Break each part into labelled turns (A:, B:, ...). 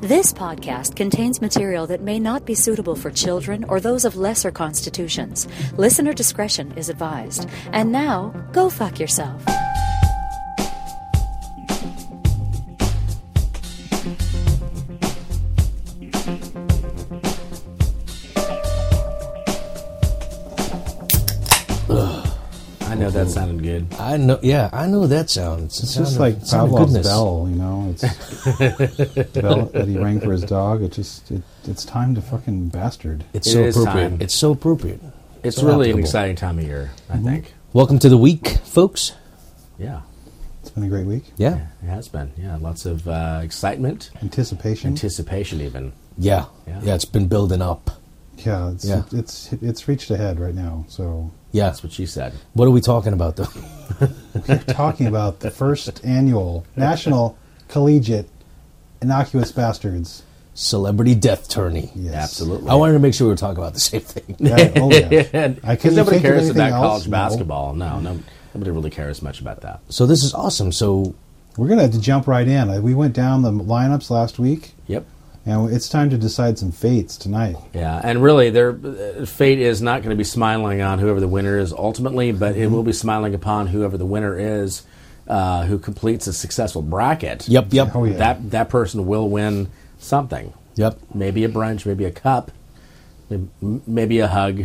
A: This podcast contains material that may not be suitable for children or those of lesser constitutions. Listener discretion is advised. And now, go fuck yourself.
B: I know that sounded good.
C: I know. Yeah, I know that sound. It's,
D: It's just like Pavlov's bell, you know. It's bell that he rang for his dog. It just it, it's time to fucking bastard.
C: It's
B: It
C: so
B: is
C: appropriate.
B: time.
C: It's so appropriate.
B: It's
C: So
B: really an
C: applicable.
B: exciting time of year, I
D: Mm-hmm.
B: think.
C: Welcome to the week, folks.
B: Yeah.
D: It's been a great week.
C: Yeah,
B: It has been. Yeah. Lots of uh, excitement,
D: Anticipation.
B: anticipation, even.
C: yeah,
B: Yeah.
C: yeah. It's been building up.
D: yeah, it's,
C: Yeah.
D: it's it's reached ahead right now. So
C: Yeah.
B: That's what she said.
C: what are we talking about though?
D: we're talking about the first annual National Collegiate Innocuous Bastards.
C: Celebrity death tourney.
D: Yes.
B: Absolutely.
C: I wanted to make sure we were talking about the same thing.
D: Yeah, oh yeah.
B: And-
D: I
B: Because
D: couldn't
B: nobody
D: think of
B: cares
D: anything
B: about
D: else.
B: college
D: No.
B: basketball. No, no, nobody really cares much about that.
C: So this is awesome. So
D: We're gonna have to jump right in. Uh, We went down the lineups last week,
B: Yep.
D: and it's time to decide some fates tonight.
B: Yeah, and really, their uh, fate is not going to be smiling on whoever the winner is ultimately, but
D: Mm-hmm.
B: it will be smiling upon whoever the winner is, uh, who completes a successful bracket.
C: yep, yep,
D: Oh, yeah.
B: That that person will win something.
C: yep.
B: Maybe a brunch, maybe a cup, m- maybe a hug.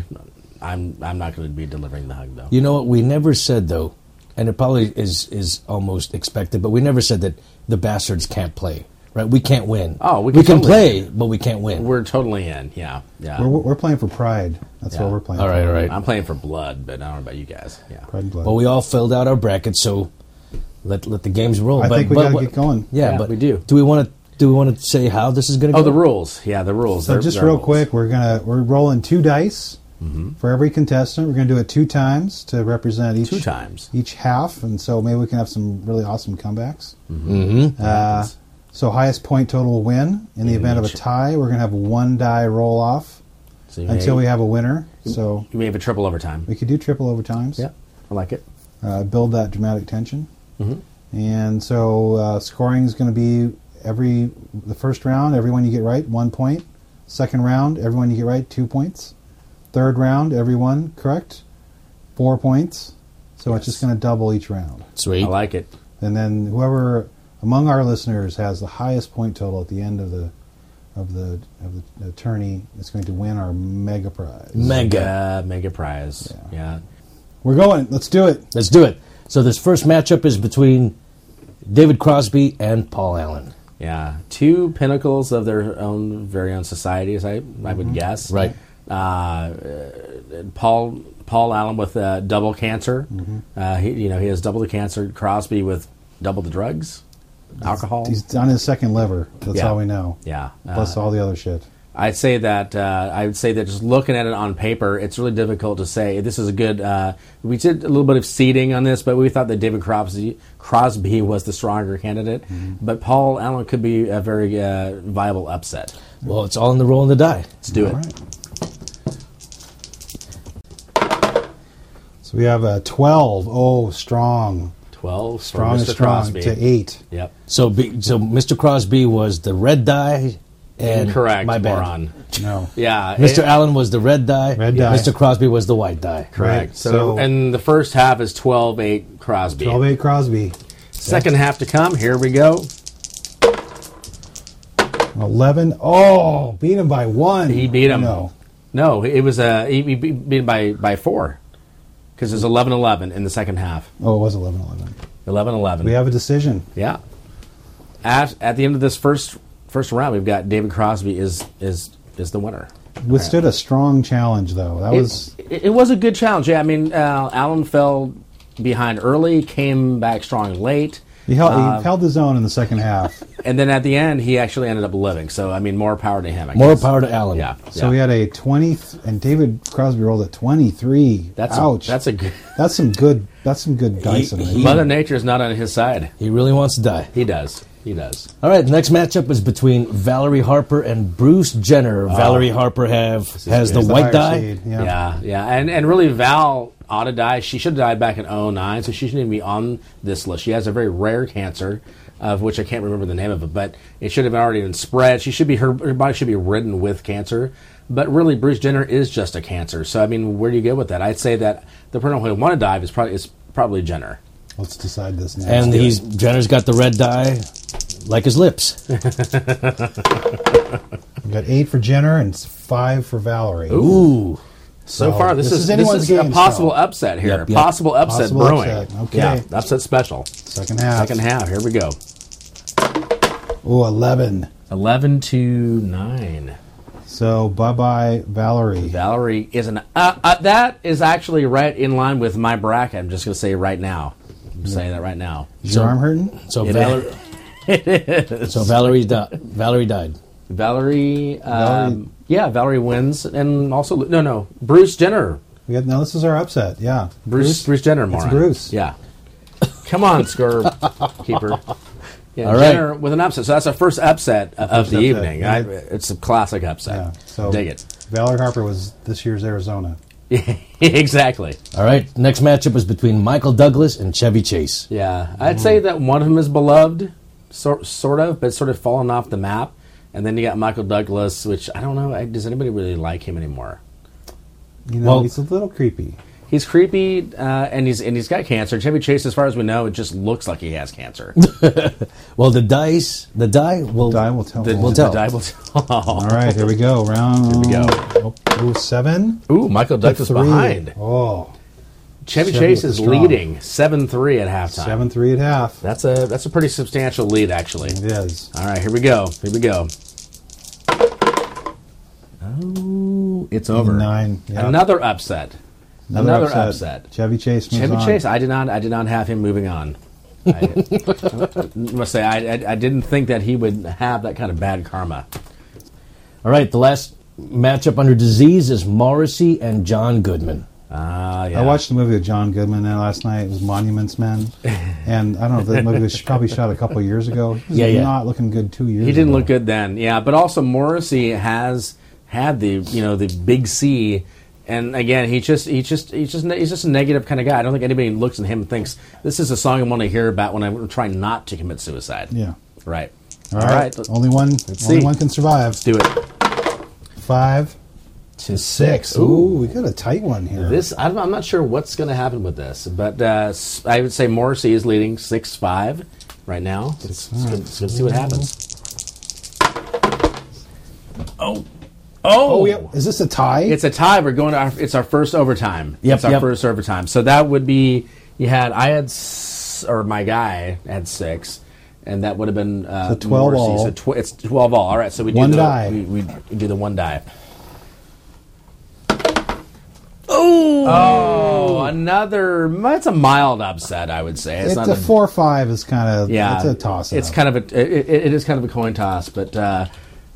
B: I'm I'm not going to be delivering the hug though.
C: You know what? We never said though, and it probably is is almost expected, but we never said that the bastards can't play. Right? We can't win.
B: Oh, we
C: we
B: can
C: can
B: totally-
C: play, but we can't win.
B: We're totally in. Yeah, yeah.
D: We're, we're playing for pride. That's
B: Yeah.
D: what we're playing.
C: all right,
D: for.
C: all right.
B: I'm playing for blood, but I don't know about you guys. Yeah.
D: Pride and blood.
C: Well, we all filled out our brackets, so let let the games roll.
D: I
C: but,
D: think we
C: but
D: gotta
C: what-
D: get going.
C: Yeah,
B: Yeah,
C: but
B: we do.
C: Do we want to do we want to say how this is going to
B: Oh,
C: go?
B: the rules. Yeah, the rules.
D: So
B: They're-
D: just
B: they're
D: real
B: rules.
D: quick, we're gonna we're rolling two dice for every contestant. We're gonna do it two times to represent each
B: Two times.
D: each half, and so maybe we can have some really awesome comebacks. Mm-hmm. Uh, so highest point total will win. In the
B: In
D: event of a
B: each.
D: tie, we're gonna have one die roll off
B: So you
D: until
B: may,
D: we have a winner. So
B: you may have a triple overtime.
D: we could do triple overtimes.
B: Yeah, I like it.
D: uh, build that dramatic tension.
B: Mm-hmm.
D: And so uh, scoring is going to be every the first round, everyone you get right, one point. Second round, everyone you get right, two points. Third round, everyone correct, four points. So it's just going to double each round.
C: Sweet.
B: I like it.
D: And then whoever among our listeners has the highest point total at the end of the of the of the attorney is going to win our mega prize.
C: Mega.
B: Uh, mega prize. Yeah.
D: We're going. Let's do it.
C: Let's do it. So this first matchup is between David Crosby and Paul Allen.
B: yeah, Two pinnacles of their own very own societies. I I
D: Mm-hmm.
B: would guess.
C: Right.
B: Paul Paul Allen with uh, double cancer.
D: Mm-hmm.
B: Uh, he, you know, he has double the cancer. Crosby with double the drugs, alcohol.
D: He's on his second lever. That's
B: Yeah.
D: all we know.
B: yeah. Uh,
D: Plus all the other shit.
B: I'd say that uh, I would say that just looking at it on paper, it's really difficult to say this is a good. Uh, we did a little bit of seeding on this, but we thought that David Crosby, Crosby was the stronger candidate,
D: Mm-hmm.
B: but Paul Allen could be a very uh, viable upset.
C: Well, it's all in the roll and the die.
B: Let's do it.
D: All right. So we have a 12. Oh, strong.
B: Twelve
D: Strong
B: strong,
D: is
B: Mr.
D: strong
B: Crosby.
D: to 8.
B: Yep.
C: So be, so Mr. Crosby was the red die and
B: Incorrect,
C: My bad.
B: moron.
D: No.
B: Yeah.
C: Mr.
B: it-
C: Allen was the red die.
D: Red die.
C: Mr. Crosby was the white die.
B: Correct.
D: Right,
B: So,
D: so-
B: and the first half is 12-8 Crosby.
D: 12 8 Crosby.
B: Second half to come. Here we go.
D: 11. Oh, beat him by 1.
B: He beat him.
D: No.
B: No, it was uh, he he beat by by four because it's 11-11 in the second half.
D: Oh, it was 11 11.
B: 11-11.
D: We have a decision.
B: yeah. At, at the end of this first first round, we've got David Crosby is is is the winner.
D: Withstood a strong challenge, though. That
B: It
D: was.
B: it, it was a good challenge. Yeah, I mean, uh, Allen fell behind early, came back strong late.
D: He held,
B: Um,
D: he held his own in the second half.
B: And then at the end, he actually ended up living. So I mean, more power to him. I
C: More
B: guess.
C: power to Allen.
B: Yeah.
D: So
B: yeah.
D: we had a 20, and David Crosby rolled a 23.
B: That's
D: Ouch.
B: A, that's a good.
D: That's some good. That's some good dice. in
C: he-
D: there.
B: Mother Nature is not on his side.
C: He really wants to die.
B: He does. He does.
C: All right, next matchup is between Valerie Harper and Bruce Jenner. Valerie Harper have has the
D: He's
C: white
D: higher
C: die.
D: seed,
B: Yeah, yeah, and and really Val ought to die. She should have died back in 09, so she shouldn't even be on this list. She has a very rare cancer, of which I can't remember the name of it, but it should have already been spread. She should be her, her body should be ridden with cancer. But really, Bruce Jenner is just a cancer. So I mean, where do you go with that? I'd say that the person who I want to dive is probably is probably Jenner.
D: Let's decide this now.
C: And he's Jenner's got the red dye, like his lips.
D: We've got eight for Jenner and s- five for Valerie.
C: Ooh,
B: So
D: So
B: far, this,
D: this
B: is,
D: is
B: this
D: anyone's
B: is a
D: game,
B: possible
D: so.
B: upset here.
C: Yep, yep.
B: Possible upset
D: Possible
B: brewing.
D: upset, okay.
B: Yeah, upset special.
D: Second half.
B: Second half. Here we go.
D: Ooh, 11.
B: Eleven to nine.
D: So bye bye, Valerie.
B: Valerie is an. Uh, uh, that is actually right in line with my bracket. I'm just going to say right now. I'm saying that right now. um,
D: Is your arm hurting?
C: so
B: It
C: Valerie. So Valerie, di- Valerie died.
B: Valerie. Um,
D: Valerie-
B: Yeah, Valerie wins, and also no, no, Bruce Jenner.
D: We got, now, this is our upset. Yeah.
B: Bruce. Bruce Jenner. Moron.
D: Bruce.
B: Yeah. Come on, score keeper. Yeah,
C: All right.
B: Jenner with an upset. So that's our first upset of the
D: upset.
B: evening.
D: Yeah.
B: I, it's a classic
D: Yeah.
B: upset.
D: So
B: Dig it.
D: Valerie Harper was this year's Arizona.
B: exactly.
C: All right, next matchup is between Michael Douglas and Chevy Chase.
B: Yeah, I'd
D: Mm.
B: say that one of them is beloved, sort sort of, but sort of fallen off the map. And then you got Michael Douglas, which I don't know. I, does anybody really like him anymore?
D: You know,
C: Well-
D: he's a little creepy.
B: He's creepy, uh, and he's and he's got cancer. Chevy Chase, as far as we know, it just looks like he has cancer.
C: Well, the dice, the die will
D: Die will tell.
B: The-
D: all.
B: the
C: tell.
B: die will tell.
D: All right, here we go. Round. Here
B: we go.
D: Oh, seven.
B: Ooh, Michael Douglas
D: Three.
B: behind.
D: Oh,
B: Chevy,
D: Chevy
B: Chase
D: with
B: is
D: the strong.
B: leading seven three at halftime.
D: seven, three at half.
B: That's a that's a pretty substantial lead, actually.
D: It is.
B: All right, here we go. Here we go. Oh, it's over.
D: Nine. Yeah.
B: Another upset. Another, upset.
D: Chevy Chase moves
B: Chevy
D: on.
B: Chase. I did not. I did not have him moving on. I must say, I, I, I didn't think that he would have that kind of bad karma.
C: All right, the last matchup under disease is Morrissey and John Goodman.
B: Ah, yeah.
D: I watched the movie with John Goodman and last night. It was Monuments Men, and I don't know if that movie was probably shot a couple years ago. He was
C: Yeah, yeah.
D: not looking good two years.
B: He didn't
D: ago.
B: look good then. Yeah, but also Morrissey has had the you know the big C, and again he just he just he's just ne- he's just a negative kind of guy. I don't think anybody looks at him and thinks this is a song I want to hear about when I'm trying not to commit suicide.
D: Yeah.
B: Right.
D: All right.
B: Let's
D: Only one. only
B: see.
D: one can survive.
B: do it.
D: Five to six. Ooh, we got a tight one here.
B: This I don't, I'm not sure what's going to happen with this, but uh, s- I would say Morrissey is leading six five right now. Let's, let's go- let's go see what happens. Oh,
D: Oh, we have- is this a tie?
B: It's a tie. We're going to our. It's our first overtime.
C: Yep,
B: it's our
C: yep.
B: first overtime. So that would be you had I had s- or my guy had six, and that would have been uh,
D: So 12
B: Morrissey.
D: all.
B: So tw- it's twelve all. All right. So we do
D: One
B: the,
D: die.
B: We, we do the one die. Oh, another. That's a mild upset, I would say. It's,
D: It's
B: not
D: a four five is kind of
B: yeah,
D: it's a toss.
B: It's kind of a it, it- it is kind of a coin toss, but uh,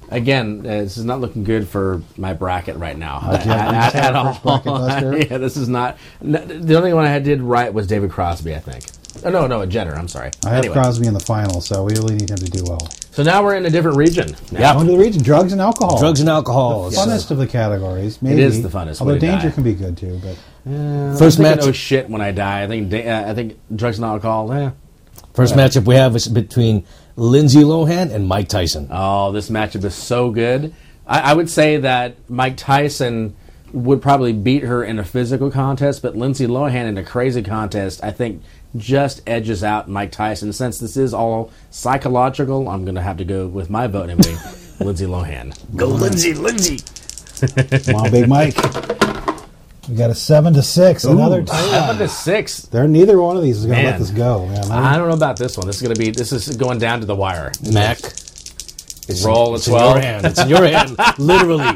B: again, uh, this is not looking good for my bracket right now I-
D: yeah,
B: I-
D: Uh, you
B: I-
D: said
B: at
D: first bracket
B: all.
D: buster.
B: yeah, this is not. n- the only one I did right was David Crosby, I think. Oh, no, no, Jenner. I'm sorry.
D: I have
B: anyway,
D: Crosby in the final, so we really need him to do well.
B: so now we're in a different region.
C: Yeah.
D: Going to the region, drugs and alcohol.
C: Drugs and alcohol. So-
D: Funnest of the categories, maybe.
B: is the funnest
D: Although
B: way to
D: danger
B: die.
D: can be good too, but
C: First match.
B: Oh shit! When I die, I think da- uh, I think drugs and alcohol. Eh.
C: First matchup we have is between Lindsay Lohan and Mike Tyson.
B: Oh, this matchup is so good. I, I would say that Mike Tyson would probably beat her in a physical contest, but Lindsay Lohan in a crazy contest, I think, just edges out Mike Tyson. Since this is all psychological, I'm going to have to go with my vote and being Lindsay Lohan.
C: Go Lindsay, Lindsay.
D: come on, Big Mike. We got a seven to six. Another tie.
B: Seven to six.
D: There, neither one of these is going to let
B: Man.
D: this go. Yeah, man.
B: I don't know about this one. This is going to be. This is going down to the wire.
C: Mac.
B: Roll a
C: It's in your
B: twelve.
C: hand. It's in your hand. Literally.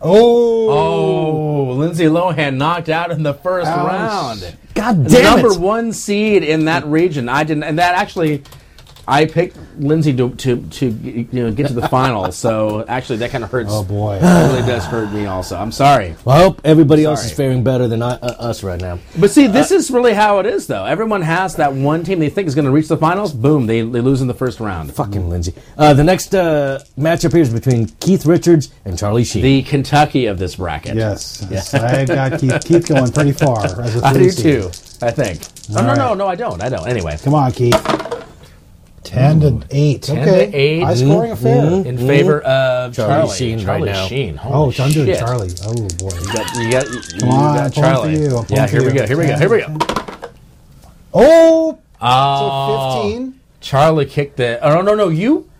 D: oh,
B: Oh, Lindsay Lohan knocked out in the first
D: Ouch.
B: round.
C: God damn
B: number
C: it.
B: one seed in that region. I didn't, and that actually I picked Lindsay to, to, to you know get to the final, so actually that kind of hurts.
D: Oh, boy.
B: that really does hurt me. Also, I'm sorry.
C: Well, I hope everybody else is
B: Sorry.
C: faring better than I, uh, us right now.
B: But see, this
D: Uh,
B: is really how it is, though. Everyone has that one team they think is going to reach the finals. Boom, they, they lose in the first round.
C: Fucking Lindsay. Uh, the next uh, matchup here is between Keith Richards and Charlie Sheen.
B: The Kentucky of this bracket.
D: Yes, yes. I got Keith, Keith going pretty far. As a
B: I
D: three
B: do
D: seed.
B: too. I think. Oh, no,
D: All
B: no,
D: right.
B: no, I don't. I don't. Anyway,
D: Come on, Keith. Ten to eight. okay.
B: to eight. Mm-hmm.
D: High scoring affair.
B: in favor
D: Mm-hmm.
B: of
C: Charlie
B: Charlie,
C: Sheen right
B: Charlie
C: now.
B: Sheen. Holy
D: Oh, it's under
B: shit.
D: Charlie. Oh boy.
B: You got, you got, you
D: Come on, I'm
B: got
D: pulling for
B: Charlie.
D: you, I'm pulling
B: yeah,
D: for
B: here we
D: you.
B: go. Here we go. Here we go.
D: Oh.
B: Oh,
D: so fifteen.
B: Charlie kicked the. Oh no, no, no. You.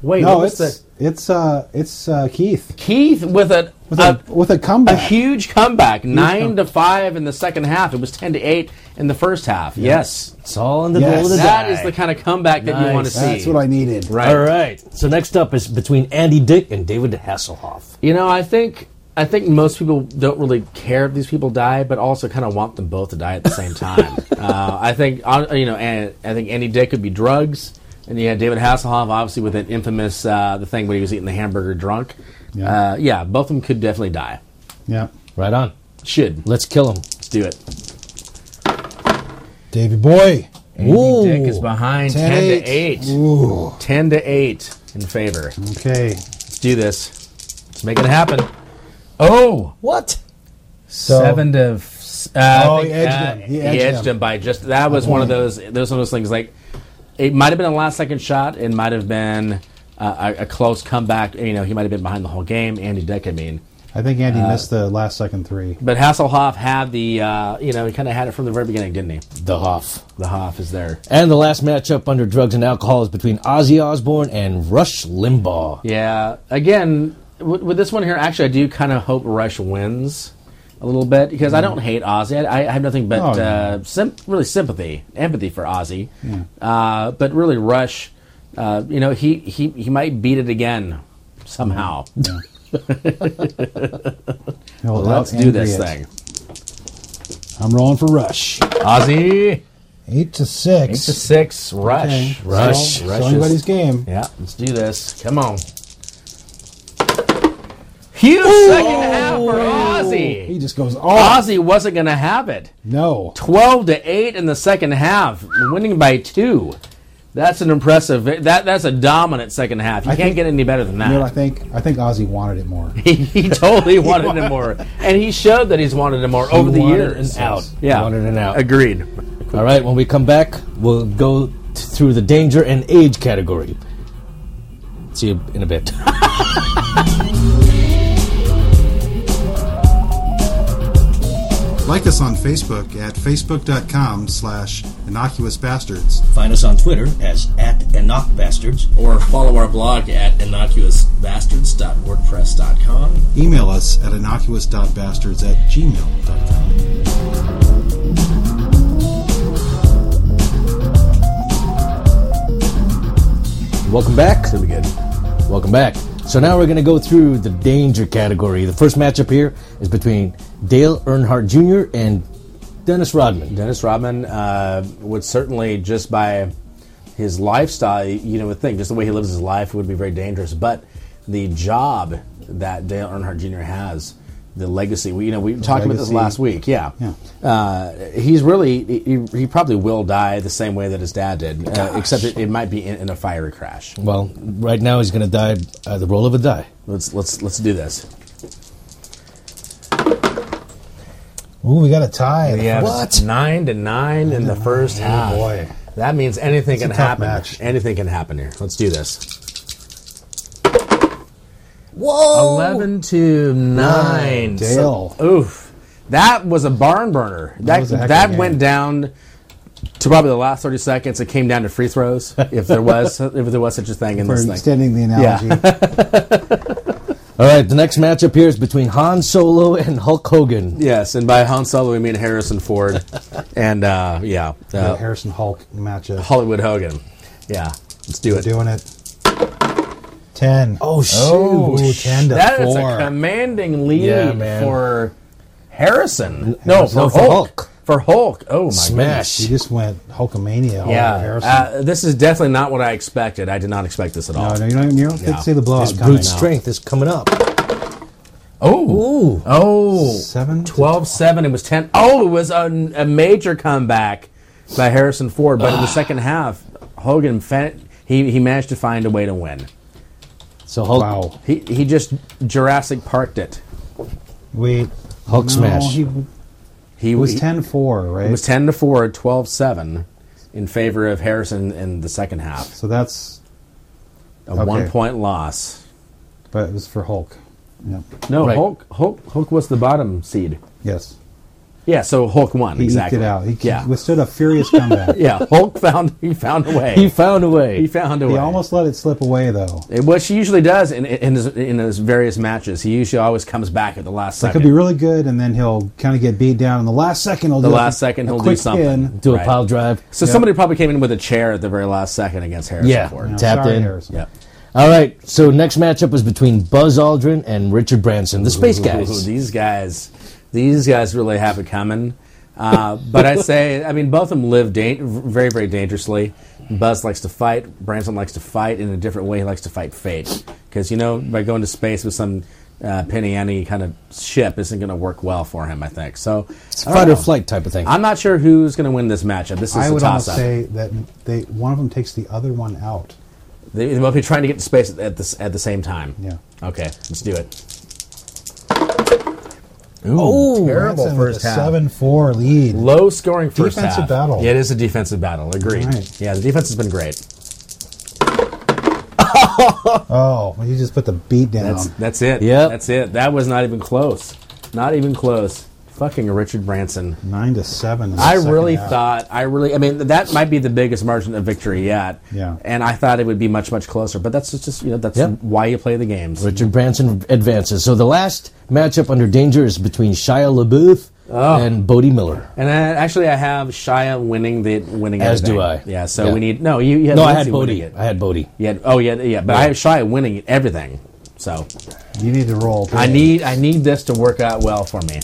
B: Wait,
D: No,
B: what was
D: it's
B: the
D: it's uh it's uh, Keith
B: Keith with a
D: with
B: a,
D: a, with Uh, a
B: a
D: comeback.
B: huge comeback, nine to five in the second half. It was ten to eight in the first half. Yes,
C: It's all in the
D: Yes.
C: goal of the
B: that
C: die.
B: is the kind of comeback that you want to
C: Nice.
B: see.
D: That's what I needed.
B: right.
C: All right. So next up is between Andy Dick and David Hasselhoff.
B: You know, I think I think most people don't really care if these people die, but also kind of want them both to die at the same time. uh, I think uh, you know, and I think Andy Dick could be drugs, and you had David Hasselhoff obviously with that infamous uh, the thing when he was eating the hamburger drunk.
D: Yeah.
B: Uh, yeah, both of them could definitely die.
D: Yeah.
C: Right on.
B: Should
C: Let's kill him.
B: let's do it.
D: Davy boy.
C: Ooh.
B: Dick is behind ten,
D: Ten,
B: to eight.
D: Ooh.
B: Ten to eight in favor. Let's
D: Okay.
B: do this. Let's make it happen. Oh,
C: What?
D: So
B: seven to. f- Uh,
D: Oh,
B: I
D: he edged him. He edged him. Uh-huh.
B: by just that was one of those. Those one of those things like it might have been a last second shot. It might have been uh, a, a close comeback. You know, he might have been behind the whole game. Andy Dick, I mean,
D: I think Andy missed the last second three.
B: but Hasselhoff had the. Uh, you know, he kind of had it from the very beginning, didn't he?
C: The Hoff.
B: The Hoff is there.
C: And the last matchup under drugs and alcohol is between Ozzy Osbourne and Rush Limbaugh.
B: Yeah. Again, with, with this one here, actually, I do kind of hope Rush wins a little bit because I don't hate Ozzy. I, I have nothing but
D: Mm-hmm. Oh, yeah.
B: uh, sim- really sympathy, empathy for Ozzy. Uh, but really, Rush, uh, you know, he, he, he might beat it again somehow.
D: No,
B: Well, let's do this thing.
D: I'm rolling for Rush.
B: Ozzy,
D: Eight to
B: eight
D: six.
B: to six, Rush.
D: Okay.
C: Rush.
D: So,
B: Rush
D: so
B: is-
D: anybody's game.
B: Yeah, let's do this. Come on. Huge second half for Ozzy.
D: He just goes, oh,
B: Ozzy wasn't going to have it.
D: no.
B: 12 to 8 in the second half, winning by 2. That's an impressive that that's a dominant second half. You
D: I
B: can't
D: think-
B: get any better than that.
D: You know, I think I think Ozzy wanted it more.
B: he, he totally wanted it more. And he showed that he's wanted it more over the
C: wanted
B: years.
C: an out.
B: Yeah.
C: Wanted an out.
B: Agreed.
C: All right, when we come back, we'll go t- through the danger and age category. See you in a bit.
E: Like us on Facebook at facebook.com slash innocuous bastards.
C: Find us on Twitter as at Bastards.
B: Or follow our blog at innocuousbastards.wordpress.com.
E: Email us at innocuous.bastards at gmail.com.
C: Welcome back. Should be good. Welcome back. So now we're going to go through the danger category. The first matchup here is between Dale Earnhardt Jr. and Dennis Rodman.
B: Dennis Rodman uh, would certainly just by his lifestyle, you know, would think just the way he lives his life would be very dangerous. But the job that Dale Earnhardt Jr. has, the legacy, we, you know, we talked about this
D: legacy.
B: last week. Yeah,
D: Yeah.
B: Uh, he's really he, he probably will die the same way that his dad did, uh, except it, it might be in, in a fiery crash.
C: Well, right now he's going to die uh, the roll of a die.
B: Let's let's let's do this.
D: Ooh, we got a tie.
B: What nine to nine in the first half?
D: Oh, boy.
B: That means anything can
D: tough
B: happen.
D: match.
B: Anything can happen here. Let's do this.
C: Whoa!
B: 11 to 9.
D: Dale.
B: So- oof. That was a barn burner. That,
D: was a heck
B: that,
D: of a
B: went
D: game.
B: down to probably the last 30 seconds. It came down to free throws, if there was if there was such a thing in
D: For
B: this thing.
D: extending the analogy.
C: All right, the next matchup here is between Han Solo and Hulk Hogan.
B: Yes, and by Han Solo, we mean Harrison Ford. and, uh, yeah,
D: The
B: uh,
D: Harrison Hulk matchup.
B: Hollywood Hogan. Yeah, let's do it.
D: doing it. Ten.
C: Oh, shoot.
D: Ooh, ten to
B: That is
D: four.
B: a commanding lead
C: Yeah, man.
B: for Harrison. No,
C: No,
B: for
C: for
B: Hulk.
C: Hulk.
B: for Hulk. Oh my
C: Smash.
F: You just went Hulkamania. all
B: goodness.
F: over
B: Yeah,
F: Harrison.
B: uh, this is definitely not what I expected. I did not expect this at all.
F: no, no, you don't. You don't
B: Yeah.
F: see the blowout
C: His
F: coming.
C: brute strength is coming up.
B: Oh,
C: Ooh.
B: oh,
F: Seven to
B: 12 7. It was 10. Oh, it was a, a major comeback by Harrison Ford. But in the second half, Hogan fa- he, he managed to find a way to win.
C: So Hulk,
F: Wow.
B: He, he just Jurassic Parked it.
F: Wait.
C: Hulk
F: no,
C: smash.
F: He it
B: He
F: was
B: he-
F: 10-4, right?
B: It was 10 to 4, 12 7 in favor of Harrison in the second half.
F: So that's.
B: A
F: Okay.
B: one point loss.
F: But it was for Hulk. Yep.
B: No,
C: Right.
B: Hulk, Hulk Hulk was the bottom seed.
F: Yes.
B: Yeah, so Hulk won.
F: He
B: exactly.
F: eked it out. He
B: yeah.
F: withstood a furious comeback.
B: yeah, Hulk found he found a way.
C: he found a way.
B: He found a
F: He
B: way.
F: almost let it slip away, though.
B: It- what she usually does in, in, his, in his various matches, he usually always comes back at the last
F: That
B: second.
F: could be really good, and then he'll kind of get beat down. In the last second, he'll
B: the
F: do a-
B: last second,
F: a
B: he'll do
F: quick
B: something.
F: pin.
C: Do a
B: Right.
C: pile drive.
B: So somebody probably came in with a chair at the very last second against Harrison
C: Yeah.
B: Ford.
F: No,
C: Tapped
F: sorry,
C: in.
F: Harrison.
B: Yeah.
C: All right. So next matchup was between Buzz Aldrin and Richard Branson, the Space Guys.
B: These guys, these guys really have it coming. Uh, but I say, I mean, both of them live dan- very, very dangerously. Buzz likes to fight. Branson likes to fight in a different way. He likes to fight fate because you know by going to space with some uh, penny ante kind of ship isn't going to work well for him. I think so.
C: It's
F: Oh.
B: I don't
C: fight or
B: know.
C: flight type of thing.
B: I'm not sure who's going to win this matchup. This is
F: I
B: a
F: would almost
B: toss-up.
F: say that they one of them takes the other one out.
B: They, they both be trying to get to space at the, s- at the same time.
F: Yeah.
B: Okay, let's do it. terrible
C: Ooh.
F: Branson
B: first
F: with a
B: half.
F: seven-four lead.
B: Low scoring first
F: Defensive
B: half.
F: battle.
B: Yeah, it is a defensive battle. Agreed.
F: Right.
B: Yeah, the defense has been great.
F: Oh, well, you just put the beat down.
B: That's that's it.
C: Yep.
B: That's it. That was not even close. Not even close. Fucking Richard Branson.
F: Nine to seven. in the
B: I
F: second
B: really
F: half.
B: thought I really I mean that might be the biggest margin of victory yet.
F: Yeah.
B: And I thought it would be much much closer, but that's just you know that's
C: Yep.
B: why you play the games.
C: Richard Branson advances. So the last matchup under danger is between Shia LaBeouf
B: Oh.
C: and Bodie Miller.
B: And I, actually I have Shia winning the winning
C: As
B: everything.
C: do I.
B: Yeah, so
C: Yeah.
B: we need No, you, you had
C: No, I
B: Lindsay
C: had
B: winning
C: Bodie.
B: it.
C: I had Bodie.
B: You had- oh yeah, yeah, but I have Shia winning everything. So
F: you need to roll.
B: I
F: today.
B: need I need this to work out well for me.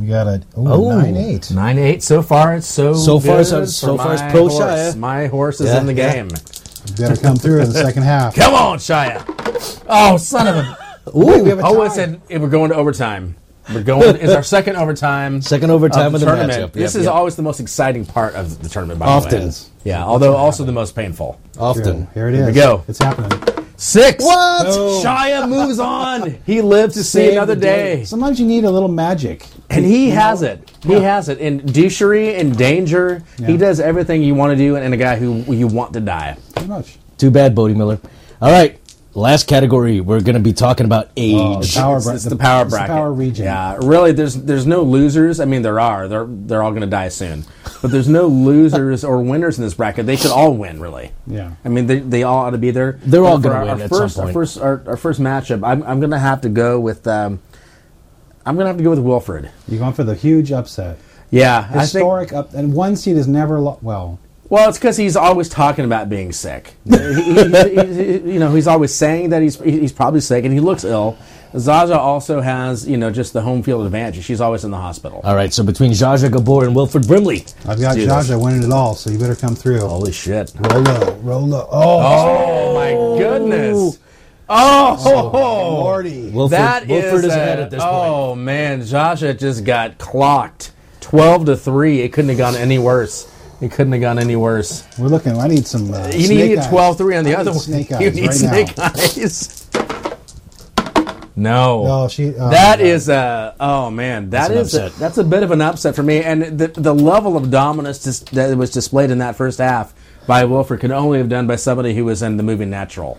F: We got a
C: Oh.
F: oh, nine eight.
B: Nine eight so far. It's so
C: So far,
B: good
C: so-
B: for
C: so far it's
B: my
C: pro
B: horse.
C: Shia.
B: My horse is
C: Yeah.
B: in the
C: Yeah.
B: game.
F: Better come through in the second half.
B: Come on, Shia. Oh, son of a.
F: Ooh, we have a
B: Oh, it
F: tie.
B: said it- we're going to overtime. We're going. It's our second overtime.
C: Second overtime of the
B: tournament.
C: matchup.
B: This
C: Yep,
B: is
C: yep.
B: always the most exciting part of the tournament. By the
C: Often.
B: way. yeah. Although also the most painful.
C: Often.
F: Here it
B: Here
F: is.
B: we go.
F: It's happening.
B: Six.
C: What?
B: Oh. Shia moves on. He lives to see
C: Save
B: another
C: the day.
B: day.
F: Sometimes you need a little magic.
B: And he has it. He has it in douchery and danger. He
F: Yeah.
B: does everything you want to do, and, and a guy who who you want to die.
F: Too much.
C: Too bad, Bodie Miller. All right. Last category, we're going to be talking about age.
F: Oh, the power
B: it's,
F: bra-
B: it's the, power
F: it's the
B: bracket.
F: power region.
B: Yeah, really. There's there's no losers. I mean, there are. They're they're all going to die soon. But there's no losers or winners in this bracket. They should all win, really.
F: Yeah.
B: I mean, they, they all ought to be there.
C: They're all
B: For
C: gonna
B: our-
C: win
B: Our
C: at some
B: first,
C: point.
B: Our first, our, our first matchup. I'm I'm going to have to go with. Um, I'm going to have to go with Wilfred.
F: You're going for the huge upset.
B: Yeah, I think
F: Historic up, and one seed is never lo- well.
B: Well, it's because he's always talking about being sick. he, he- he- he- you know, he's always saying that he's he- he's probably sick, and he looks ill. Zaza also has you know just the home field advantage. She's always in the hospital.
C: All right, so between Jaja Gabor and Wilfred Brimley.
F: I've got
B: do this. Oh.
F: Jaja winning it all, so you better come through.
B: Holy shit!
F: Roll low, roll low. Oh,
B: Oh my goodness! Oh, ho, ho.
F: Lordy.
C: Wilfred,
B: That is
C: Wilfred
B: a-
C: ahead at this point.
B: Oh man, Jaja just got clocked, twelve to three. It couldn't have gone any worse. It couldn't have gone any worse.
F: we're looking. I need some. Uh,
B: You
F: snake
B: need
F: eyes.
B: 12 3 on the
F: I
B: other
F: need
B: one.
F: Snake eyes
B: you need
F: right
B: snake
F: now.
B: eyes. No.
F: No, she-
D: uh,
F: oh,
B: that
F: no.
B: is a. Oh man, that
C: an
B: is a-
C: upset.
B: that's a bit of an upset for me. And the the level of dominance dis- that was displayed in that first half by Wilford could only have done by somebody who was in the movie Natural.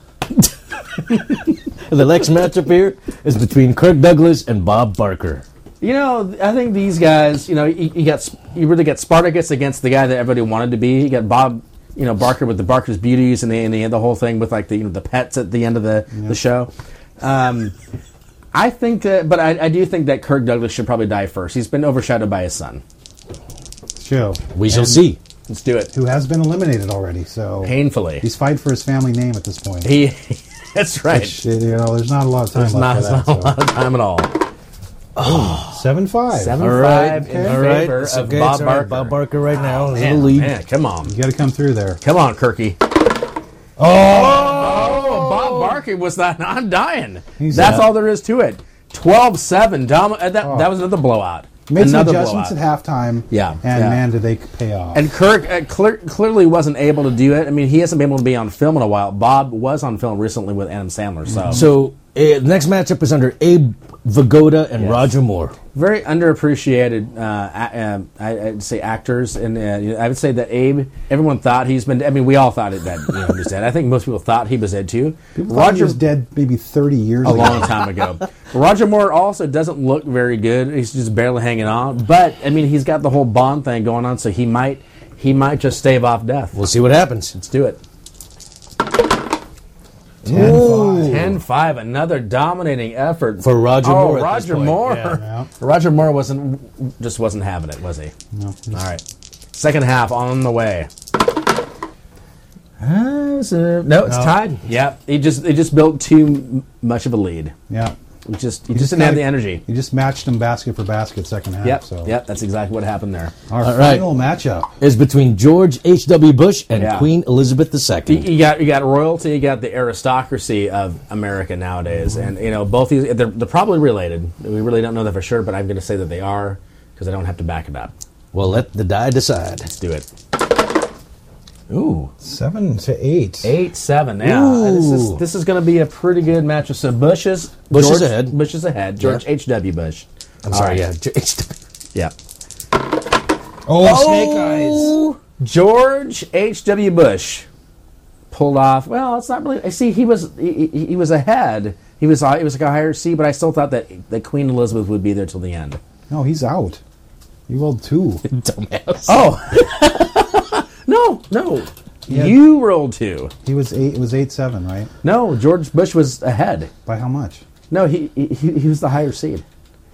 C: The next matchup here is between Kirk Douglas and Bob Barker.
B: You know, I think these guys. You know, you, you got you really got Spartacus against the guy that everybody wanted to be. You got Bob. You know, Barker with the Barker's beauties and the and the, the whole thing with like the you know the pets at the end of the the show. Um, I think that, but I, I do think that Kirk Douglas should probably die first. He's been overshadowed by his son.
F: Show
C: We shall see.
B: Let's do it
F: who has been eliminated already. So
B: painfully.
F: he's fighting for his family name at this point.
B: He, that's right.
F: Which, you know, there's not a lot of time
B: There's
F: left
B: not,
F: for
B: it's
F: that.
B: not a
F: so.
B: lot of time at all.
D: Seven five.
B: Seven
C: All right.
B: five in
C: All right.
B: favor
C: It's
B: of
C: okay.
B: Bob
C: It's all right.
B: Barker.
C: Bob Barker right now is in
B: Man,
C: the lead.
B: man, come on,
D: You got to come through there.
B: come on, Kirky. Oh, Bob Barker was not, not dying.
D: He's
B: That's
D: out.
B: all there is to it. 12-7. Dom- uh,
D: Oh.
B: that, that was another blowout.
D: Made some
B: another
D: adjustments at halftime.
B: Yeah,
D: And
B: yeah.
D: man, did they pay off.
B: And Kirk uh, clear, clearly wasn't able to do it. I mean, he hasn't been able to be on film in a while. Bob was on film recently with Adam Sandler, so,
D: Mm-hmm.
C: So uh, the next matchup is under Abe Vigoda and
B: Yes.
C: Roger Moore.
B: very underappreciated. Uh, a- uh, I, I'd say actors, and uh, you know, I would say that Abe. Everyone thought he's been. I mean, we all thought it, that you know, he was dead. I think most people thought he was dead too.
D: People thought he was dead maybe thirty years
B: a
D: ago.
B: long time ago. Roger Moore also doesn't look very good. He's just barely hanging on. But I mean, he's got the whole Bond thing going on, so he might he might just stave off death.
C: We'll see what happens.
B: Let's do it.
D: 10 five.
B: 10 5, another dominating effort
C: For Roger
B: oh,
C: Moore at
B: Roger
C: this point.
B: Moore.
C: Yeah.
D: Yeah.
B: Roger Moore wasn't just wasn't having it, was he?
D: No.
B: All right. Second half on the way. Uh, it's, uh, no, it's tied. Yep. He just he just built too m- much of a lead.
D: Yeah.
B: He just he just didn't have the energy.
D: You just matched them basket for basket second half.
B: Yep.
D: So
B: Yep. That's exactly what happened there.
D: Our
C: All right.
D: final matchup.
C: Is between George H.W. Bush and
B: Yeah.
C: Queen Elizabeth II.
B: You got you got royalty, you got the aristocracy of America nowadays,
C: Mm-hmm.
B: and you know both these they're, they're probably related. We really don't know that for sure, but I'm going to say that they are because I don't have to back it up.
C: Well, let the die decide.
B: Let's do it. Ooh,
D: Seven to eight.
B: eight seven. Yeah, this is this is going to be a pretty good matchup. So Bush is
C: Bush is
B: George,
C: ahead.
B: Bush is ahead. George
C: Yeah.
B: H W Bush.
C: I'm
B: All
C: sorry,
B: right.
C: yeah. Ge- H.W.
B: yeah.
D: Oh, snake eyes.
B: George H. W. Bush pulled off. Well, it's not really. I see. He was he, he- he was ahead. He was it was like a higher C, but I still thought that that Queen Elizabeth would be there till the end.
D: No, he's out. He rolled two.
B: Oh, no, no,
D: Yeah.
B: you rolled two.
D: He was eight. It was eight seven, right?
B: No, George Bush was ahead.
D: By how much?
B: No, he he, he was the higher seed,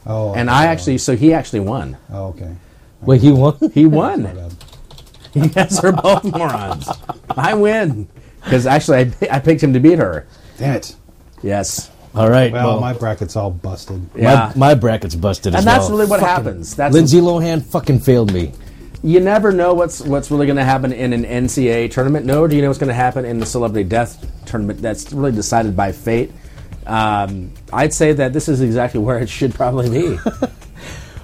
D: Oh,
B: and
D: oh,
B: I actually so he actually won.
D: Oh, okay.
C: Wait, he won?
B: He won. You guys are both morons. I win because actually I, I picked him to beat her.
D: Damn it.
B: Yes.
C: All right.
D: Well,
C: well,
D: my bracket's all busted.
C: my,
B: Yeah.
C: my bracket's busted as
B: and that's
C: well.
B: really what happens. That's
C: Lindsay Lohan fucking failed me.
B: you never know what's what's really going to happen in an NCAA tournament. Nor do you know what's going to happen in the Celebrity Death tournament. That's really decided by fate. Um, I'd say that this is exactly where it should probably be.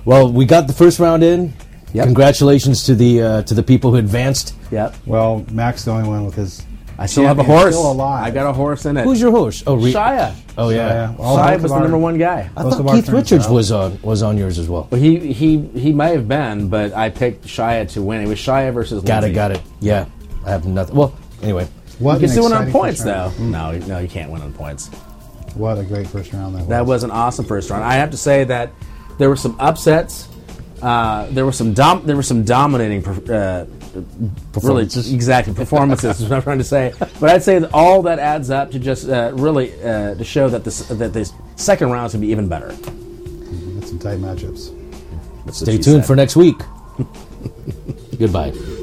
C: Well, we got the first round in.
B: Yep.
C: Congratulations to the uh, to the people who advanced.
B: yep.
D: Well, Max the only one with his.
B: I still have a
D: Champion's
B: horse.
D: Still alive.
B: I got a horse in it.
C: Who's your horse? Oh, re-
B: Shia?
C: Oh yeah.
D: Yeah, uh, all
B: Shia was
D: both of
B: the
D: our-
B: number one guy.
C: I
D: Most
C: thought
D: of our
C: Keith
D: turns
C: Richards
D: are out.
C: was on was on yours as well.
B: He he he may have been, but I picked Shia to win. It was Shia versus.
C: Got it.
B: Lindsay.
C: Got it. Yeah. I have nothing. Well, anyway.
D: What
B: You can
D: an
B: still win on
D: exciting
B: points
D: first
B: though.
D: round.
B: No, no, you can't win on points.
D: What a great first round that was.
B: That was an awesome first round. I have to say that there were some upsets. Uh, there were some dom- there were some dominating per- uh, really
C: Performances.
B: exactly performances. is what I'm trying to say, but I'd say that all that adds up to just uh, really uh, to show that this that this second round is going to be even better.
D: That's some tight matchups.
B: That's what
C: Stay
B: she
C: tuned
B: said.
C: for next week. Goodbye.